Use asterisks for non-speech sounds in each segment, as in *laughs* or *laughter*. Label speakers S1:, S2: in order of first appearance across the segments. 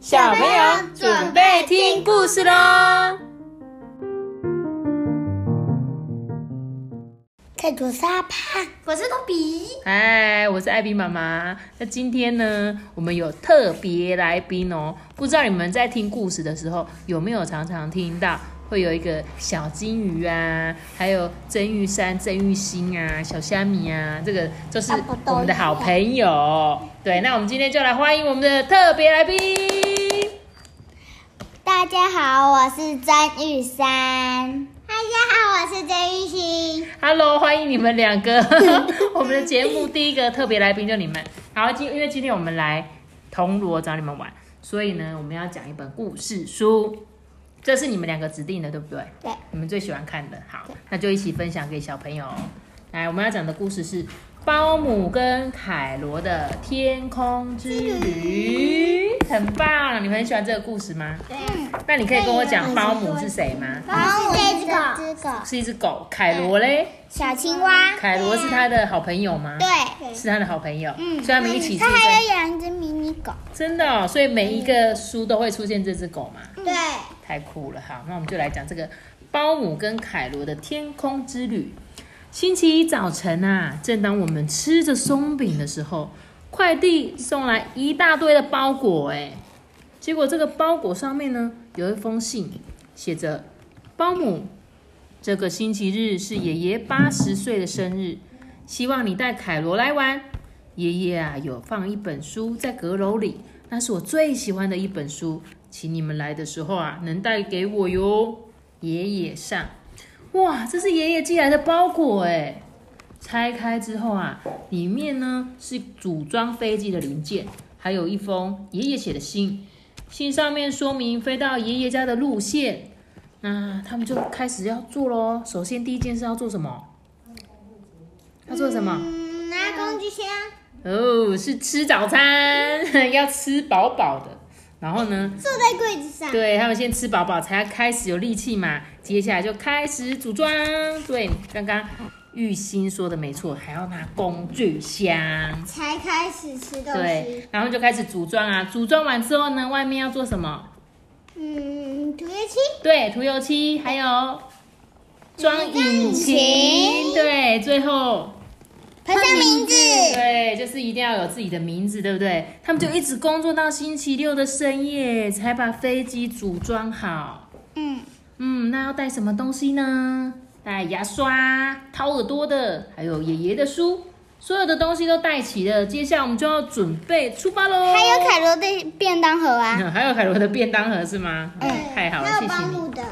S1: 小朋友准备听故事喽！
S2: 在左沙畔，
S3: 我是托比，
S1: 嗨，我是艾比妈妈。那今天呢，我们有特别来宾哦。不知道你们在听故事的时候，有没有常常听到会有一个小金鱼啊，还有曾玉山、曾玉兴啊、小虾米啊，这个就是
S2: 差不多
S1: 我们的好朋友。对，那我们今天就来欢迎我们的特别来宾。
S2: 大家好，我是曾玉山。大家好，我是曾玉欣。
S1: Hello，欢迎你们两个。 *laughs* 我们的节目第一个特别来宾就你们。好，今因为今天我们来铜锣找你们玩，所以呢，我们要讲一本故事书，这是你们两个指定的，对不对？
S2: 对，
S1: 你们最喜欢看的。好，那就一起分享给小朋友哦。来，我们要讲的故事是包姆跟凯罗的天空之旅，很棒。你们很喜欢这个故事吗？
S3: 对，
S1: 那你可以跟我讲包姆是谁吗？
S2: 我是这只狗，
S1: 是一只狗。凯罗嘞？
S2: 小青蛙。
S1: 凯罗是他的好朋友吗？
S2: 对，
S1: 是他的好朋友，嗯，所以他们一起住
S2: 它还
S1: 在
S2: 有养一只迷你狗。
S1: 真的、哦，所以每一个书都会出现这只狗嘛，
S2: 对，
S1: 太酷了。好，那我们就来讲这个包姆跟凯罗的天空之旅。星期一早晨啊，正当我们吃着松饼的时候，快递送来一大堆的包裹，哎，结果这个包裹上面呢有一封信，写着：“包姆，这个星期日是爷爷八十岁的生日，希望你带凯罗来玩。爷爷啊有放一本书在阁楼里，那是我最喜欢的一本书，请你们来的时候啊能带给我哟。”爷爷上。哇，这是爷爷寄来的包裹哎！拆开之后啊，里面呢是组装飞机的零件，还有一封爷爷写的信。信上面说明飞到爷爷家的路线。那他们就开始要做喽。首先第一件事要做什么？要做什么？
S2: 嗯，拿工具箱。
S1: 哦，是吃早餐， *laughs* 要吃饱饱的。然后呢，
S2: 坐在柜子上，
S1: 对他们先吃饱饱，才开始有力气嘛。接下来就开始组装。对，刚刚玉欣说的没错，还要拿工具箱。
S2: 才开始吃东西。
S1: 对，然后就开始组装啊。组装完之后呢，外面要做什么？
S2: 嗯，涂油漆。
S1: 对，涂油漆，还有装引
S2: 引
S1: 擎。
S2: 擎
S1: 对，最后
S2: 喷上名字，
S1: 对，就是一定要有自己的名字，对不对？他们就一直工作到星期六的深夜，才把飞机组装好。
S2: 嗯，
S1: 嗯，那要带什么东西呢？带牙刷、掏耳朵的，还有爷爷的书，所有的东西都带齐了。接下来我们就要准备出发喽。
S2: 还有凯罗的便当盒啊，
S1: 嗯还有凯罗的便当盒是吗？嗯， *laughs* 太好了，谢谢你。
S2: 的，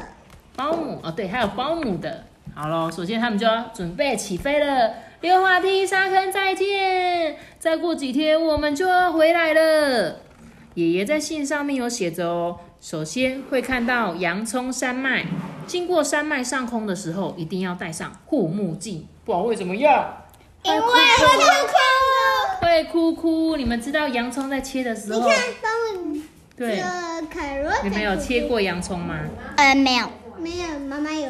S1: 保姆哦，对，还有保姆的。好喽，首先他们就要准备起飞了。溜滑梯沙坑再见，再过几天我们就要回来了。爷爷在信上面有写着哦，首先会看到洋葱山脉，经过山脉上空的时候，一定要戴上护目镜，不然会怎么样？
S2: 因为它太快了。
S1: 会哭哭。你们知道洋葱在切的时候，
S2: 帮我
S1: 对，
S2: 凯罗
S1: 你们有切过洋葱吗？
S2: 呃，没有，没有，妈妈有。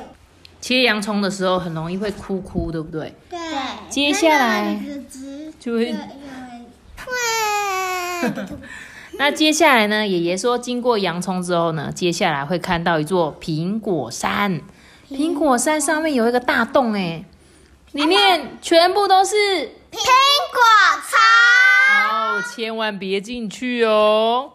S1: 切洋葱的时候很容易会哭哭，对不对？
S2: 对，
S1: 接下来
S2: 那个直
S1: 就会
S2: 哇，
S1: *laughs* 那接下来呢？爷爷说，经过洋葱之后呢，接下来会看到一座苹果山。苹果山上面有一个大洞、哎，里面全部都是。
S2: 苹果超，
S1: 哦，千万别进去哦！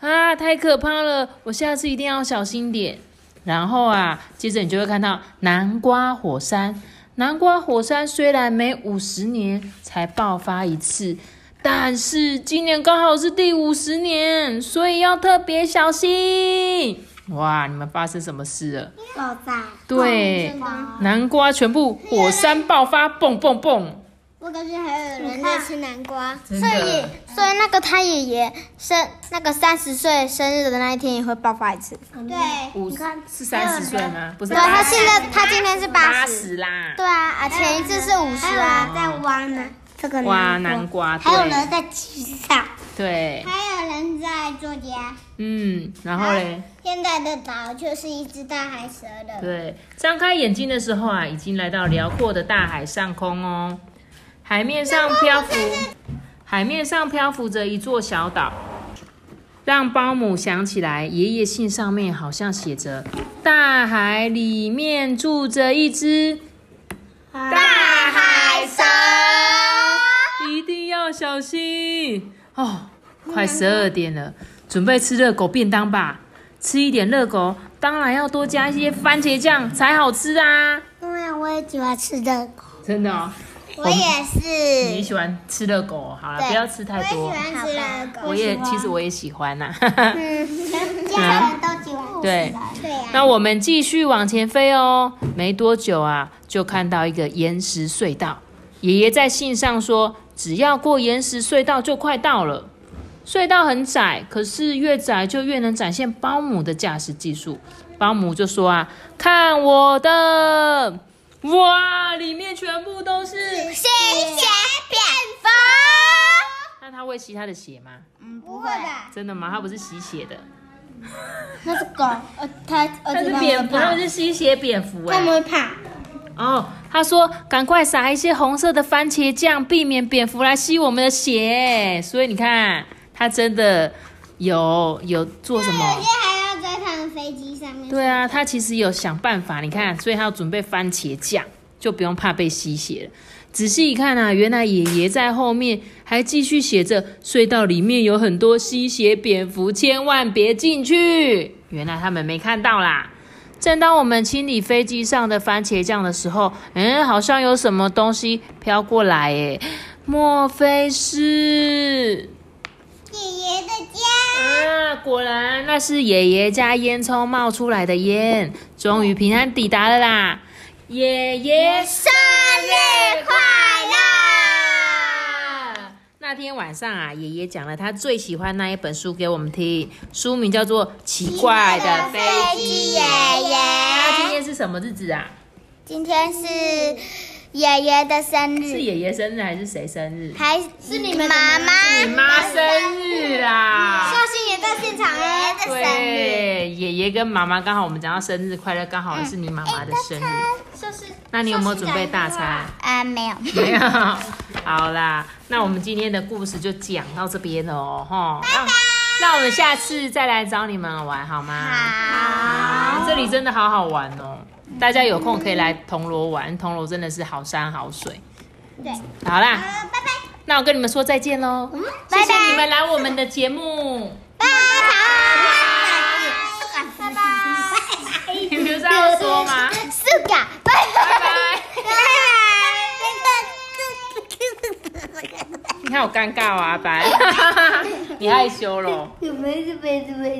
S1: 啊，太可怕了，我下次一定要小心点。然后啊，接着你就会看到南瓜火山。南瓜火山虽然每五十年才爆发一次，但是今年刚好是第五十年，所以要特别小心。哇，你们发生什么事了？
S2: 爆炸。
S1: 对，南瓜全部火山爆发，蹦蹦蹦。
S2: 我感觉还有人在吃南瓜，
S1: 真
S2: 所以
S1: 的
S2: 所以那个他爷爷生那个三十岁生日的那一天也会爆发一次。对，
S1: 五是三十岁吗？不是
S2: 对啊
S1: 八
S2: 他
S1: 十
S2: 现在他今天是
S1: 八
S2: 八十，
S1: 十啦。
S2: 对啊，啊前一次是五十啊，
S3: 在挖呢，
S2: 这个
S1: 挖南瓜，对
S2: 嗯还有人在骑上，
S1: 对，
S2: 还有人在作家。
S1: 嗯，然后嘞，
S2: 现在的岛就是一只大海蛇了。
S1: 对，张开眼睛的时候啊，已经来到辽阔的大海上空哦。海面上漂浮，海面上漂浮着一座小岛。让包姆想起来，爷爷信上面好像写着：“大海里面住着一只，
S2: 大
S3: 海蛇
S1: 一定要小心。”哦，快十二点了，准备吃热狗便当吧。吃一点热狗，当然要多加一些番茄酱才好吃啊！
S2: 因为我也喜欢吃热狗，
S1: 真的哦，
S2: 我也
S1: 你
S2: 是。
S1: 喜欢吃热狗哦，好了，
S2: 对
S1: 不要吃太多。
S2: 欢吃热
S1: 我也其实我也喜欢啊
S2: *laughs*
S1: 呐、
S2: 嗯，家人都喜欢。
S1: 对，
S2: 对呀、
S1: 那我们继续往前飞哦。没多久啊，就看到一个岩石隧道。爷爷在信上说，只要过岩石隧道就快到了。隧道很窄，可是越窄就越能展现包姆的驾驶技术。包姆就说啊：“看我的！”哇，里面全部都是。
S2: 新鲜蝙蝠，
S1: 那他会吸他的血吗？
S3: 嗯，不
S2: 不
S3: 会
S2: 会
S3: 吧？
S2: 吧？
S1: 真的吗？他不是吸血的，
S2: *laughs* 那是狗，呃，它
S1: 他
S2: 而
S1: 是
S2: 且它
S1: 蝙蝠，他
S2: 们
S1: 是吸血蝙蝠哎、
S2: 会怕，
S1: 哦，他说赶快撒一些红色的番茄酱，避免蝙蝠来吸我们的血。所以你看，他真的有有做什么
S2: 有些？还要在他们飞机上面。
S1: 对啊，他其实有想办法。你看，所以他要准备番茄酱，就不用怕被吸血了。仔细一看啊，原来爷爷在后面还继续写着：隧道里面有很多吸血蝙蝠，千万别进去。原来他们没看到啦。正当我们清理飞机上的番茄酱的时候，嗯，好像有什么东西飘过来，诶，莫非是？
S2: 爷爷的家，
S1: 啊，果然那是爷爷家烟囱冒出来的烟，终于平安抵达了啦！爷爷
S2: 生日快乐！
S1: 那天晚上啊，爷爷讲了他最喜欢那一本书给我们听，书名叫做《奇怪的飞机》。
S2: 机爷
S1: 那今
S2: 爷，
S1: 天是什么日子啊？
S2: 今天是爷爷的生
S1: 是
S2: 日，
S1: 爷爷生日还是谁生日？
S2: 还是你们妈妈？
S1: 你妈生日啦！
S2: 欣也在现场哎，爷爷的嗯生日，
S1: 对，爷爷跟妈妈刚好我们讲到生日快乐，刚好是你妈妈的生日。那你有没有准备大餐？
S2: 啊，没有，
S1: *laughs* 没有。好啦，那我们今天的故事就讲到这边了哦，吼。那那我们下次再来找你们玩好吗？
S2: 好，
S1: 这里真的好好玩哦，大家有空可以来铜锣玩，铜锣真的是好山好水。
S2: 对，
S1: 好啦，
S2: 呃拜拜，
S1: 那我跟你们说再见喽，嗯谢
S2: 拜
S1: 谢
S2: 拜
S1: 你们来我们的节目，
S2: 拜拜，拜拜，
S1: 你们有这样说吗？
S2: 是的，拜
S1: 拜拜。
S2: 拜。
S1: 哦
S2: *laughs*
S1: 你看我尴尬啊，拜，你害羞咯。
S2: 没事没事没事。